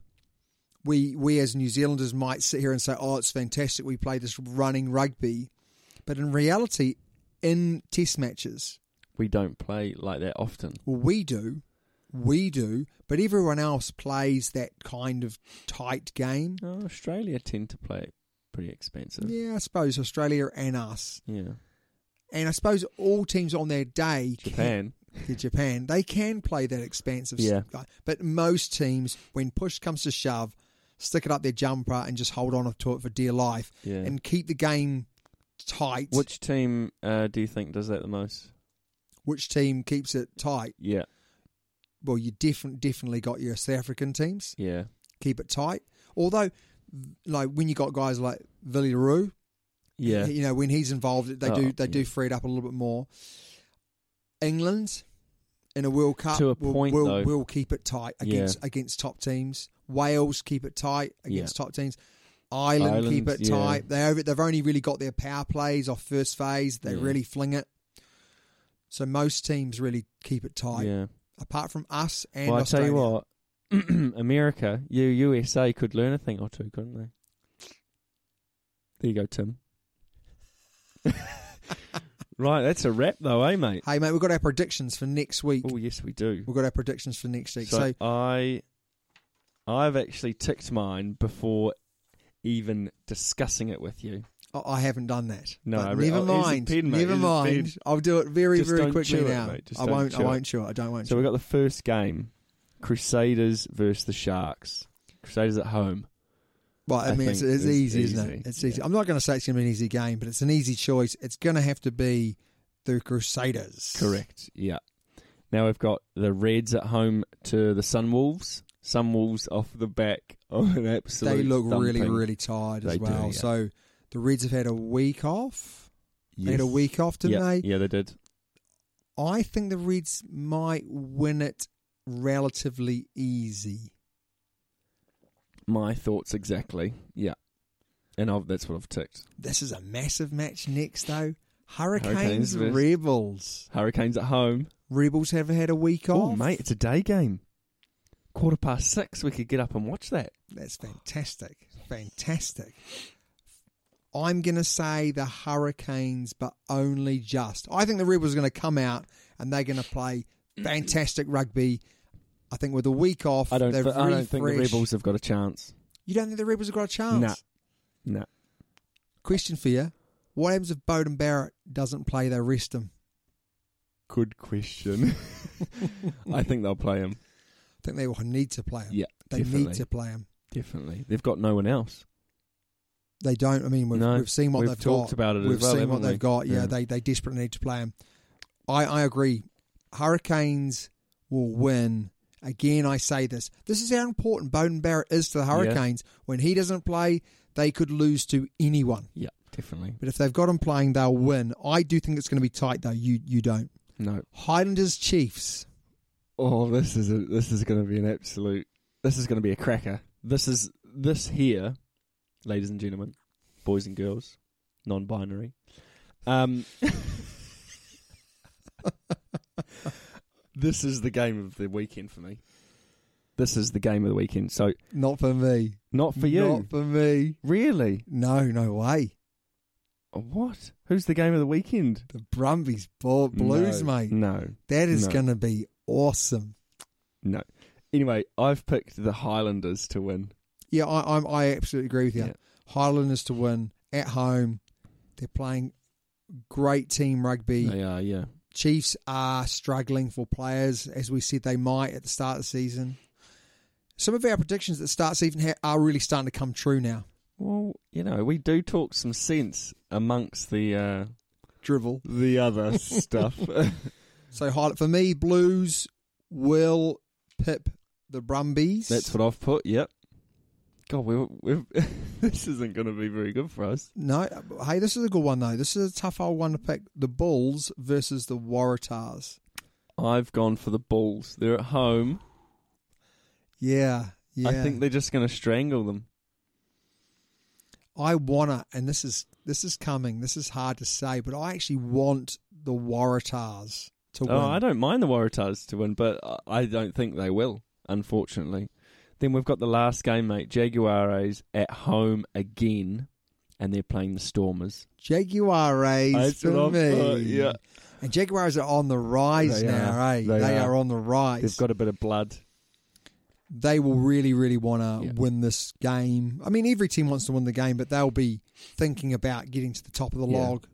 we we as New Zealanders might sit here and say, "Oh, it's fantastic. We play this running rugby," but in reality, in Test matches, We don't play like that often. well, we do, we do, but everyone else plays that kind of tight game. Oh, Australia tend to play it pretty expensive. Yeah, I suppose Australia and us, Yeah. and I suppose all teams on their day, can- Japan. *laughs* Yeah, Japan, they can play that expansive. Yeah. stuff. But most teams, when push comes to shove, stick it up their jumper and just hold on to it for dear life Yeah. and keep the game tight. Which team uh, do you think does that the most? Which team keeps it tight? Yeah. Well, you definitely definitely got your South African teams Yeah. keep it tight. Although, like when you got guys like Villy Roo, Yeah. you know when he's involved, they Oh, do they do yeah. free it up a little bit more. England in a World Cup To a will- point, will, though. will keep it tight Yeah. against against top teams. Wales keep it tight against top teams. Ireland, Ireland, keep it yeah. tight. They over, they've only really got their power plays off first phase. They Yeah. really fling it. So most teams really keep it tight, Yeah. apart from us and Well, I tell Australia. you what, *clears throat* America, you USA could learn a thing or two, couldn't they? There you go, Tim. *laughs* right, that's a wrap, though, eh, mate? Hey mate, we've got our predictions for next week. Oh, yes, we do. We've got our predictions for next week. So, So I, I've actually ticked mine before even discussing it with you. I I haven't done that. No, But I re- never oh, here's a mind. pen, mate, never here's a mind. pen. I'll do it very, Just very don't quickly chew it, now. mate. Just I don't won't. I chew it. won't chew it. I don't. Won't. So chew we it. got the first game, Crusaders versus the Sharks. Crusaders at home. Well, I, I mean, it's, think it's it's easy, isn't easy. it? It's Yeah. easy. I'm not going to say it's going to be an easy game, but it's an easy choice. It's going to have to be the Crusaders. Correct. Yeah. Now we've got the Reds at home to the Sunwolves. Sunwolves off the back of an absolute. They look really, thumping. really tired They as do, well. yeah. So the Reds have had a week off. They had a Yes. week off, didn't yeah. they? Yeah, they did. I think the Reds might win it relatively easy. My thoughts exactly. Yeah. And I've, that's what I've ticked. This is a massive match next, though. Hurricanes, Hurricanes versus- Rebels. Hurricanes at home. Rebels have had a week off. Oh, mate, it's a day game. Quarter past six, we could get up and watch that. That's fantastic. Fantastic. I'm going to say the Hurricanes, but only just. I think the Rebels are going to come out and they're going to play fantastic rugbi. I think with a week off, I don't. they've thi- I don't think the refreshed. Rebels have got a chance. You don't think the Rebels have got a chance? Nah. No. Question for you. What happens if Bowden Barrett doesn't play? They rest him. *laughs* Good question. *laughs* I think they'll play him. I think they will need to play him. Yeah, they definitely. need to play him. Definitely. They've got no one else. They don't. I mean, we've, No, we've seen what we've they've talked got. about it as We've well, seen what haven't they've we? got. Yeah, Yeah. they they desperately need to play them. I I agree. Hurricanes will win, Again, I say this. This is how important Bowden Barrett is to the Hurricanes. When he doesn't play, they could lose to anyone. Yeah, definitely. But if they've got him playing, they'll win. I do think it's going to be tight, though. You you don't. No. Highlanders Chiefs. Oh, this is a, this is going to be an absolute. This is going to be a cracker. This is this here, ladies and gentlemen, boys and girls, non-binary. *laughs* Um, this is the game of the weekend for me. This is the game of the weekend. So Not for me. not for you, Not for me. really. No, no way. What? Who's the game of the weekend? The Brumbies Ball Blues, No, mate. No, That is no. going to be awesome. no. Anyway, I've picked the Highlanders to win. Yeah, I, I'm, I absolutely agree with you. Yeah. Highlanders to win at home. They're playing great team rugby. They are, yeah. Chiefs are struggling for players, as we said they might at the start of the season. Some of our predictions at the start of the season ha- are really starting to come true now. Well, you know, we do talk some sense amongst the uh, Drivel. the *laughs* other stuff. So, highlight for me, Blues will pip the Brumbies. That's what I've put. Yep. God, we we *laughs* this isn't going to be very good for us. No, hey, this is a good one though. This is a tough old one to pick. The Bulls versus the Waratahs. I've gone for the Bulls. They're at home. Yeah, yeah. I think they're just going to strangle them. I wanna, and this is this is coming. This is hard to say, but I actually want the Waratahs to win. Oh, I don't mind the Waratahs to win, but I- I don't think they will. Unfortunately. Then we've got the last game, mate. Jaguares at home again, and they're playing the Stormers. Jaguares That's for what I me. thought, yeah. and Jaguars are on the rise They now. are. eh? They are. are. on the rise. They've got a bit of blood. they will really, really want to Yeah. win this game. I mean, every team wants to win the game, but they'll be thinking about getting to the top of the Yeah. log.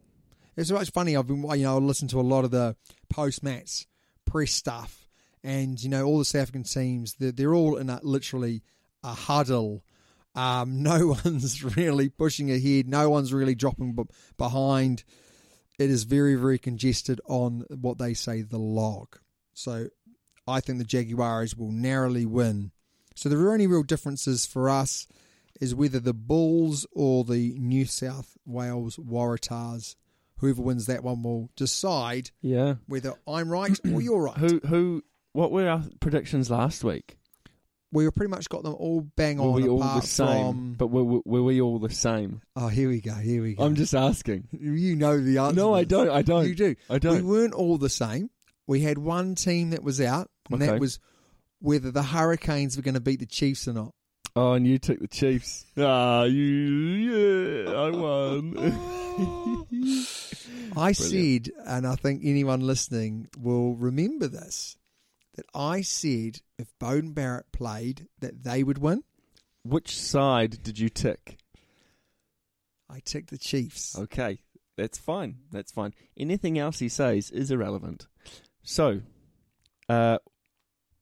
It's so much funny. I've been, you know, I listen to a lot of the post match press stuff, and you know, all the South African teams, they're, they're all in a literally a huddle. Um, *laughs* no one's really pushing ahead. No one's really dropping b- behind. It is very, very congested on what they say the log. So I think the Jaguars will narrowly win. So the only real differences for us is whether the Bulls or the New South Wales Waratahs, whoever wins that one will decide Yeah. whether I'm right *clears throat* or you're right. Who who? What were our predictions last week? We pretty much got them all bang Were on we all apart the same? from But were, were we all the same? Oh, here we go, here we go. I'm just asking. you know the answer. No, to I this. don't. I don't. You do. I don't. We weren't all the same. We had one team that was out, and that Okay. was whether the Hurricanes were going to beat the Chiefs or not. oh, and you took the Chiefs. Ah, you. Yeah, I *laughs* won. I Brilliant. said, and I think anyone listening will remember this, that I said if Bowden Barrett played, that they would win. Which side did you tick? I ticked the Chiefs. Okay, that's fine. That's fine. Anything else he says is irrelevant. So, uh,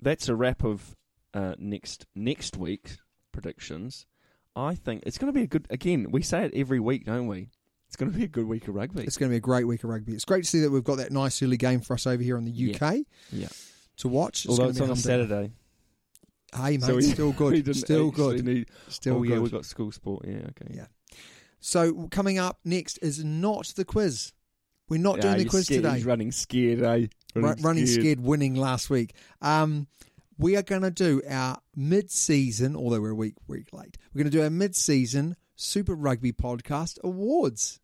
that's a wrap of uh, next next week's predictions. I think it's going to be a good. Again, we say it every week, don't we? It's going to be a good week of rugby. It's going to be a great week of rugby. It's great to see that we've got that nice early game for us over here in the Yeah. UK yeah. to watch. gonna Although it's be on a humbling. Saturday, Hey, mate, so we- *laughs* still we good. didn't Still actually good. Need, Still oh good. yeah, we got school sport. Yeah, okay. Yeah. So, coming up next is not the quiz. We're not Ah, doing the he's quiz scared- today. He's running scared, eh? Ru- running scared. winning last week. Um, we are going to do our mid-season, although we're a week week late. We're going to do our mid-season Super Rugby Podcast Awards.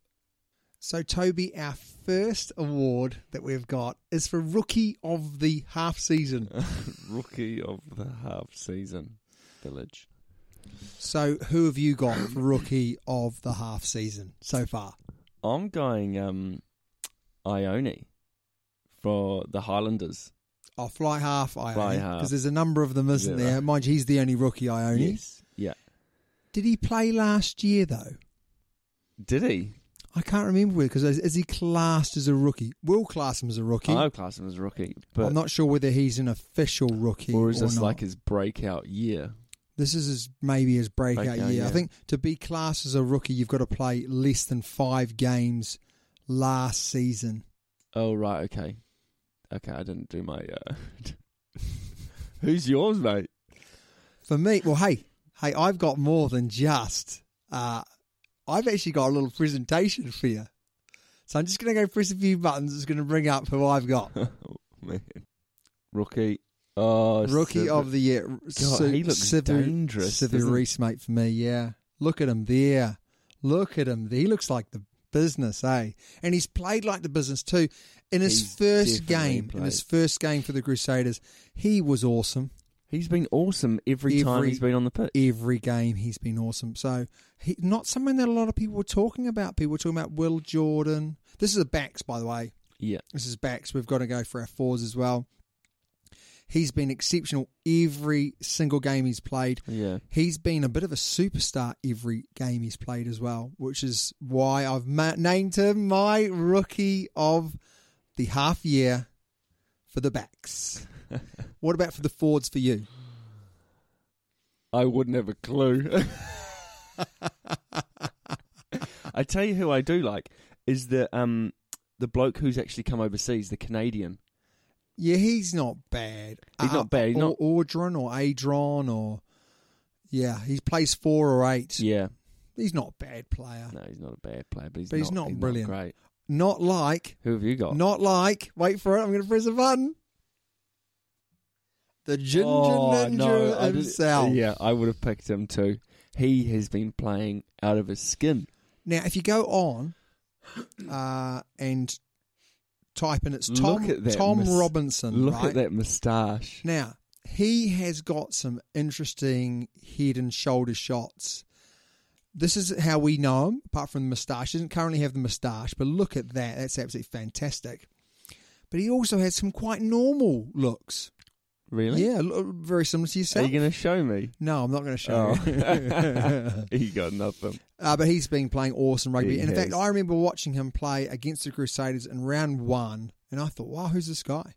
So, Toby, our first award that we've got is for Rookie of the Half *laughs* Season. Rookie of the half season, Village. So, who have you got for Rookie of the Half Season so far? I'm going um, Ione for the Highlanders. Oh, fly half, I Fly only, half. because there's a number of them, isn't Yeah. there? Mind you, he's the only rookie I own. Yes. Yeah. Did he play last year though? Did he? I can't remember because is, is he classed as a rookie? We'll class him as a rookie. I would class him as rookie, but I'm not sure whether he's an official rookie or is this not. like his breakout year? this is his, maybe his breakout, Breakout year. I year. think to be classed as a rookie, you've got to play less than five games last season. Oh right, okay, okay. I didn't do my uh, *laughs* Who's yours, mate? For me, well, hey, hey, I've got more than just. Uh, I've actually got a little presentation for you. So I'm just going to go press a few buttons. It's going to bring up who I've got. Man. Rookie. Oh, Rookie Siv- of the year. God, he looks dangerous, doesn't he? Reese, mate, for me, yeah. Look at him there. Look at him. He looks like the business, eh? And he's played like the business too. In his He's first definitely game, in his played. first game for the Crusaders, he was awesome. He's been awesome every, time Every- e- he's been on the pitch. Every game he's been awesome. So he, not someone that a lot of people were talking about. People were talking about Will Jordan. This is a backs, by the way. yeah. This is backs. We've got to go for our fours as well. He's been exceptional every single game he's played. Yeah. He's been a bit of a superstar every game he's played as well, which is why I've ma- named him my rookie of the half year for the *laughs* backs. what about for the forwards for you? I wouldn't have a clue. I tell you who I do like is the um the bloke who's actually come overseas, the Canadian. Yeah, he's not bad. Uh, He's not bad, he's or not- Audron or Adron or yeah, he plays four or eight. Yeah. He's not a bad player. No, he's not a bad player, but he's, But not, he's not brilliant. great. Not like, Who have you got? not like. Wait for it. I'm going to press a button. The ginger Oh, ninja no, I did- himself. yeah, I would have picked him too. He has been playing out of his skin. Now, if you go on uh, and type in, it's Tom look at that Tom mus- Robinson. Look right? at that moustache. Now, he has got some interesting head and shoulder shots. This is how we know him, apart from the moustache. He doesn't currently have the moustache, but look at that. That's absolutely fantastic. But he also has some quite normal looks. Really? Yeah, lo- very similar to Are yourself. you going to show me? no, I'm not going to show Oh. *laughs* you. *laughs* he got nothing. Uh, but he's been playing awesome rugby. He and in fact, has. I remember watching him play against the Crusaders in round one, and I thought, wow, who's this guy?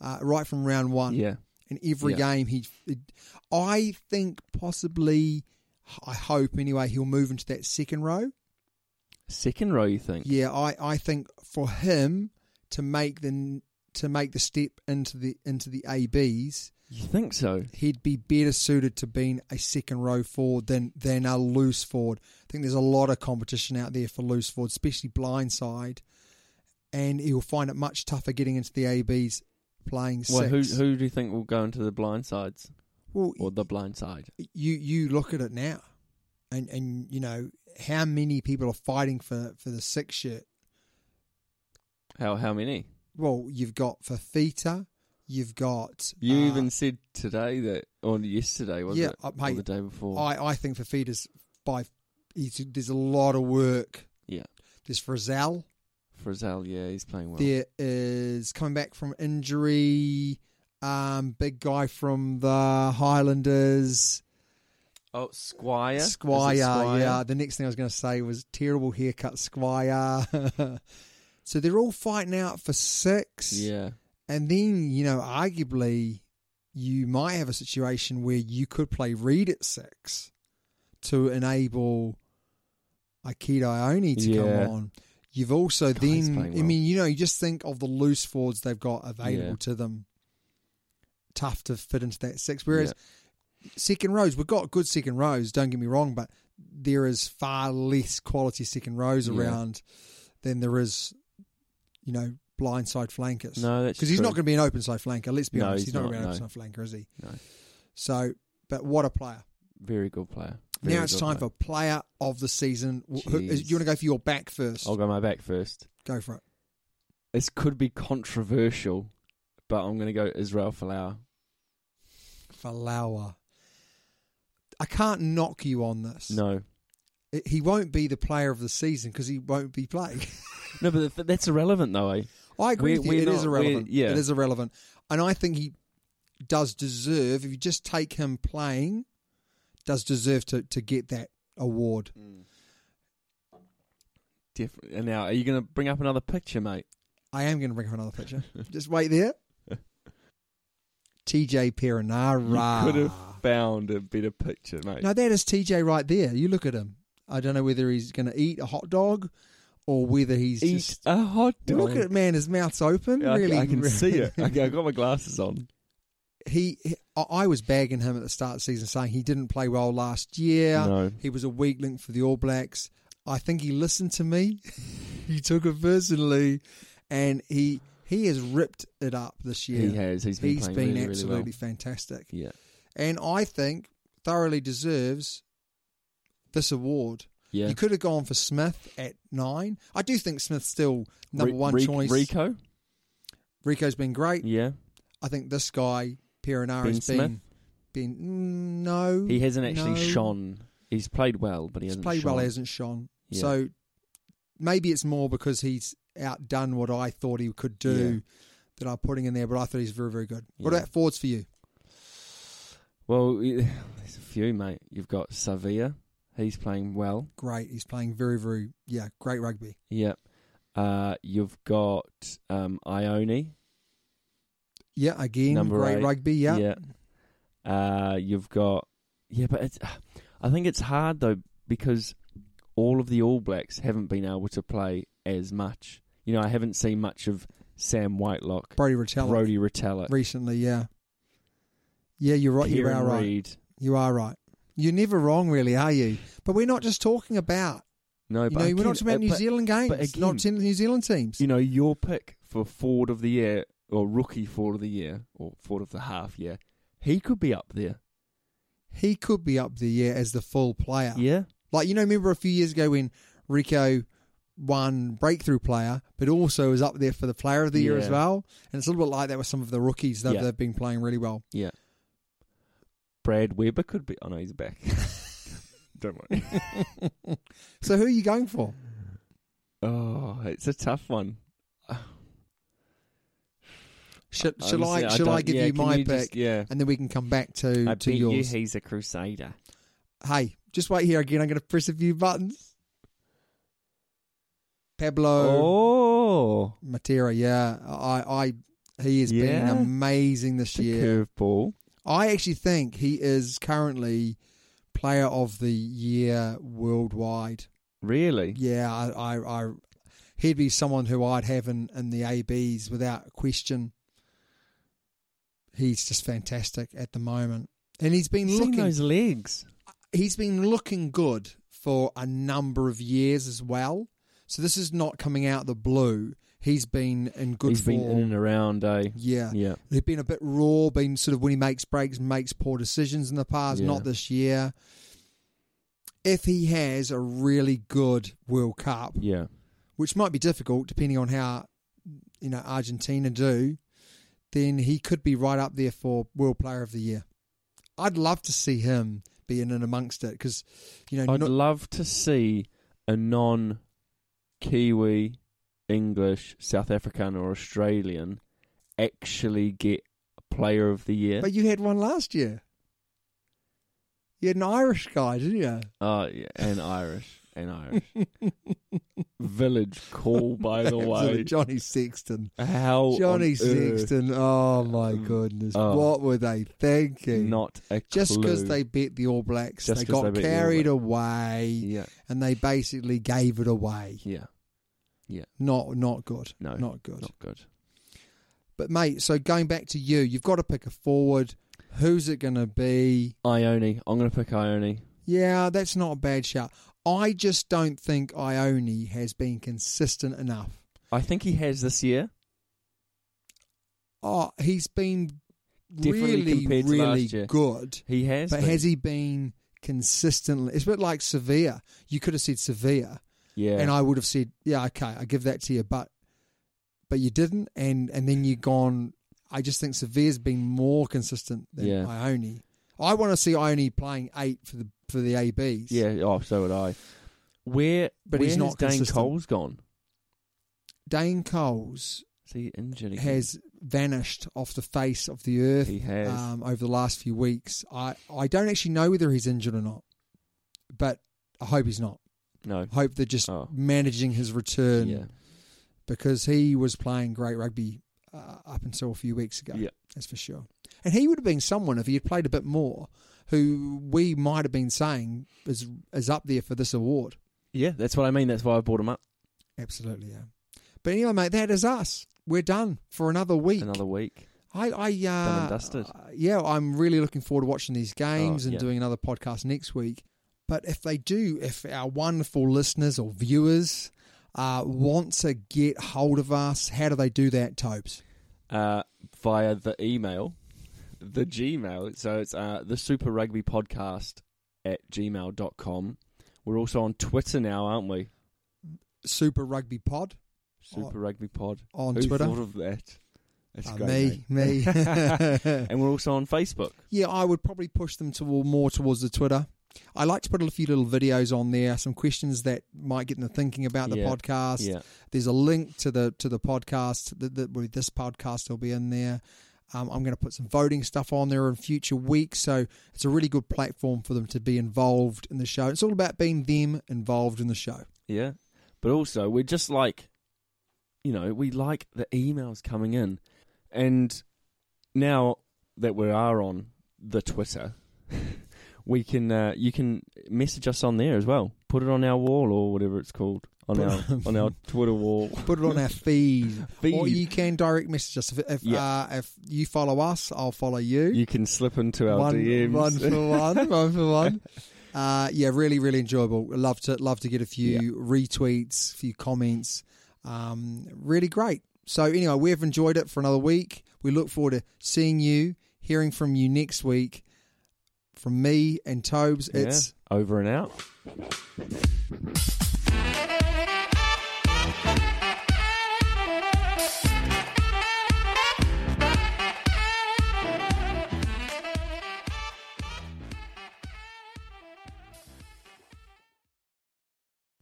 Uh, right from round one. Yeah. And every Yeah. game, he, I think possibly, I hope anyway, he'll move into that second row. Second row, you think? Yeah, I, I think for him to make the to make the step into the into the ABs, You think so? he'd be better suited to being a second row forward than than a loose forward. I think there's a lot of competition out there for loose forward, especially blindside, and he'll find it much tougher getting into the ABs playing Well, who six. who do you think will go into the blind sides well, or the blind side? you you look at it now, and and you know how many people are fighting for for the six shirt. How how many? Well, you've got Fafita, you've got You uh, even said today that or yesterday was yeah, it? uh, or mate, the day before. I I think Fafita's by he's, there's a lot of work. yeah, There's Frizzell. Frizzell. Yeah, he's playing well. There is coming back from injury. Um, big guy from the Highlanders, Oh, Squire. Is it Squire. Yeah, the next thing I was going to say was terrible haircut, Squire. *laughs* so they're all fighting out for six. Yeah. And then, you know, arguably, you might have a situation where you could play Reed at six to enable Aikido Ione to Yeah. come on. You've also God, he's then, playing I well. mean, you know, you just think of the loose forwards they've got available Yeah. to them. Tough to fit into that six. Whereas second rows, we've got good second rows, don't get me wrong, but there is far less quality second rows Yeah. around than there is, you know, blindside flankers. No, that's because he's true. not going to be an open side flanker. Let's be No, honest, he's, he's not, going to be an not, open side flanker, is he? No. So, but what a player! Very good player. Very now it's good time player. for player of the season. Wh- Who, is, Jeez. you want to go for your back 1st I'll go my back first. go for it. This could be controversial, but I'm going to go Israel Folau. Falawa. I can't knock you on this. No, It- he won't be the player of the season because he won't be playing. *laughs* no, but th- that's irrelevant though. Eh? I agree We're- with you. we're It is not- we're- irrelevant. yeah. It is irrelevant. And I think he does deserve, if you just take him playing, does deserve to, to get that award. Mm. Different. And now, are you going to bring up another picture, mate? I am going to bring up another *laughs* picture. just wait there. TJ Perinara. You could have found a better picture, mate. Now, that is TJ right there. You look at him. I don't know whether he's going to eat a hot dog or whether he's Eat just. a hot dog. Look at it, man. His mouth's open. Yeah, I, *laughs* really, I can really- see it. Okay, I've got my glasses on. he, he- I I was bagging him at the start of the season, saying he didn't play well last year. No. He was a weak link for the All Blacks. I think he listened to me. *laughs* he took it personally, and he he has ripped it up this year. He has. He's been He's playing been really, really well. absolutely fantastic, Yeah. and I think thoroughly deserves this award. Yeah. You could have gone for Smith at nine. I do think Smith's still number Re- one Re- choice. Rico? Rico's been great. Yeah. I think this guy Piranara's Ben been been mm, no. He hasn't actually no. shone. He's played well, but he He's hasn't played shone. well, he hasn't shone. Yeah. So maybe it's more because he's outdone what I thought he could do that I'm putting in there. But I thought he's very very good. What Yeah. about Fords for you? Well, y- *sighs* there's a few, mate. You've got Savia. He's playing well. Great. He's playing very very yeah great rugby. Yep. Uh, you've got um, Ione. Yeah, again Number great eight. rugby. Yeah. Yeah. Uh, you've got yeah, but it's, I think it's hard though because all of the All Blacks haven't been able to play as much. You know, I haven't seen much of Sam Whitelock, Brody Retallick Brody Retallick, recently. Yeah. Yeah, you're right. You Kieran are right. Reid. You are right. You're never wrong, really, are you? But we're not just talking about No, you but know, we're again- not talking about uh, New but- Zealand games, but not again- t- New Zealand teams. You know, your pick for forward of the year or rookie forward of the year or forward of the half year, he could be up there. he could be up there yeah, as the full player. Yeah, Like you know, remember a few years ago when Rico won breakthrough player, but also was up there for the player of the year as Yeah. well. And it's a little bit like that with some of the rookies that Yeah. they've been playing really well. yeah. Brad Weber could be. Oh no, he's back. *laughs* Don't worry. So who are you going for? Oh, it's a tough one. Should, shall Honestly, I, shall I don't- give yeah, you can my pick, just- yeah, and then we can come back to I to bet yours. you he's a crusader. hey, just wait here again. I'm going to press a few buttons. Pablo oh, Matera, yeah, I, I, he has Yeah. been amazing this the year. curveball. I actually think he is currently player of the year worldwide. Really? Yeah, I, I, I he'd be someone who I'd have in, in the ABs without question. He's just fantastic at the moment, and he's been Seen looking. those legs. He's been looking good for a number of years as well. So this is not coming out the blue. He's been in good He's form. been in and around, eh? Yeah. Yeah. They've been a bit raw, been sort of when he makes breaks and makes poor decisions in the past, Yeah. not this year. If he has a really good World Cup, Yeah. which might be difficult depending on how you know Argentina do, then he could be right up there for World Player of the Year. I'd love to see him be in and amongst it because you know I'd not, love to see a non Kiwi, English, South African, or Australian actually get a player of the year. but you had one last year. You had an Irish guy, didn't you? Oh, yeah, and Irish. And Irish. *laughs* Village *laughs* call, by the way. Johnny Sexton. How Johnny Oh, on Sexton. Oh my goodness! Oh. what were they earth? thinking? Not a just because clue. they beat the All Blacks, Just they 'cause they got beat the All carried Blacks. away, Yeah, and they basically gave it away. yeah, Not not good. No, not good. not good. But mate, so going back to you, you've got to pick a forward. Who's it going to be? Ione, I'm going to pick Ione. Yeah, that's not a bad shout. I just don't think Ione has been consistent enough. I think he has this year. Oh, he's been Definitely really, compared to really last year. good. He has, But been. has he been consistently? It's a bit like Sevilla. You could have said Sevilla, Yeah, and I would have said, "Yeah, okay, I give that to you," but but you didn't, and and then you gone. I just think Sevilla's been more consistent than Yeah. Ione. I want to see Ione playing eight for the for the ABs. yeah. Oh, so would I. Where, But where he's has not Dane consistent. Cole's gone? Dane Coles Is he injured again? has vanished off the face of the earth He has. Um, over the last few weeks. I I don't actually know whether he's injured or not, but I hope he's not. no. hope they're just Oh. managing his return Yeah, because he was playing great rugby uh, up until a few weeks ago. Yeah. That's for sure. And he would have been someone if he had played a bit more, who we might have been saying is is up there for this award. yeah. That's what I mean. That's why I brought him up. Absolutely, yeah. But anyway, mate, that is us. We're done for another week. Another week. I, I uh, Done and dusted. yeah, I'm really looking forward to watching these games Oh, and yeah. doing another podcast next week. But if they do, if our wonderful listeners or viewers uh, want to get hold of us, how do they do that, Topes? uh, via the email, the Gmail. So it's uh, the Super Rugby Podcast at gmail.com. We're also on Twitter now, aren't we? Super Rugby Pod. Super Rugby Pod. Oh, on Who Twitter? thought of that? That's Uh, great, me, mate. me. *laughs* *laughs* and we're also on Facebook. Yeah, I would probably push them to more towards the Twitter. I like to put a few little videos on there, some questions that might get them thinking about the Yeah, podcast. yeah. There's a link to the to the podcast that, that with this podcast will be in there. Um, I'm going to put some voting stuff on there in future weeks, so it's a really good platform for them to be involved in the show. It's all about being them involved in the show. Yeah. But also, we're just like, you know, we like the emails coming in. And now that we are on the Twitter, *laughs* we can, uh, you can message us on there as well. Put it on our wall or whatever it's called. On Put- *laughs* our on our Twitter wall. Put it on *laughs* our feed, or Feed. you can direct message us if if, Yeah. uh, if you follow us, I'll follow you. You can slip into our one, DMs. one for *laughs* one, one for one. Uh, yeah, really, really enjoyable. Love to love to get a few Yeah. retweets, few comments. Um, really great. So anyway, we've enjoyed it for another week. We look forward to seeing you, hearing from you next week. From me and Tobes, Yeah. it's Over and out.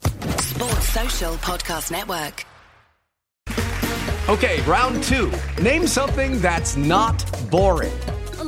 Sports Social Podcast Network. Okay, round two. Name something that's not boring.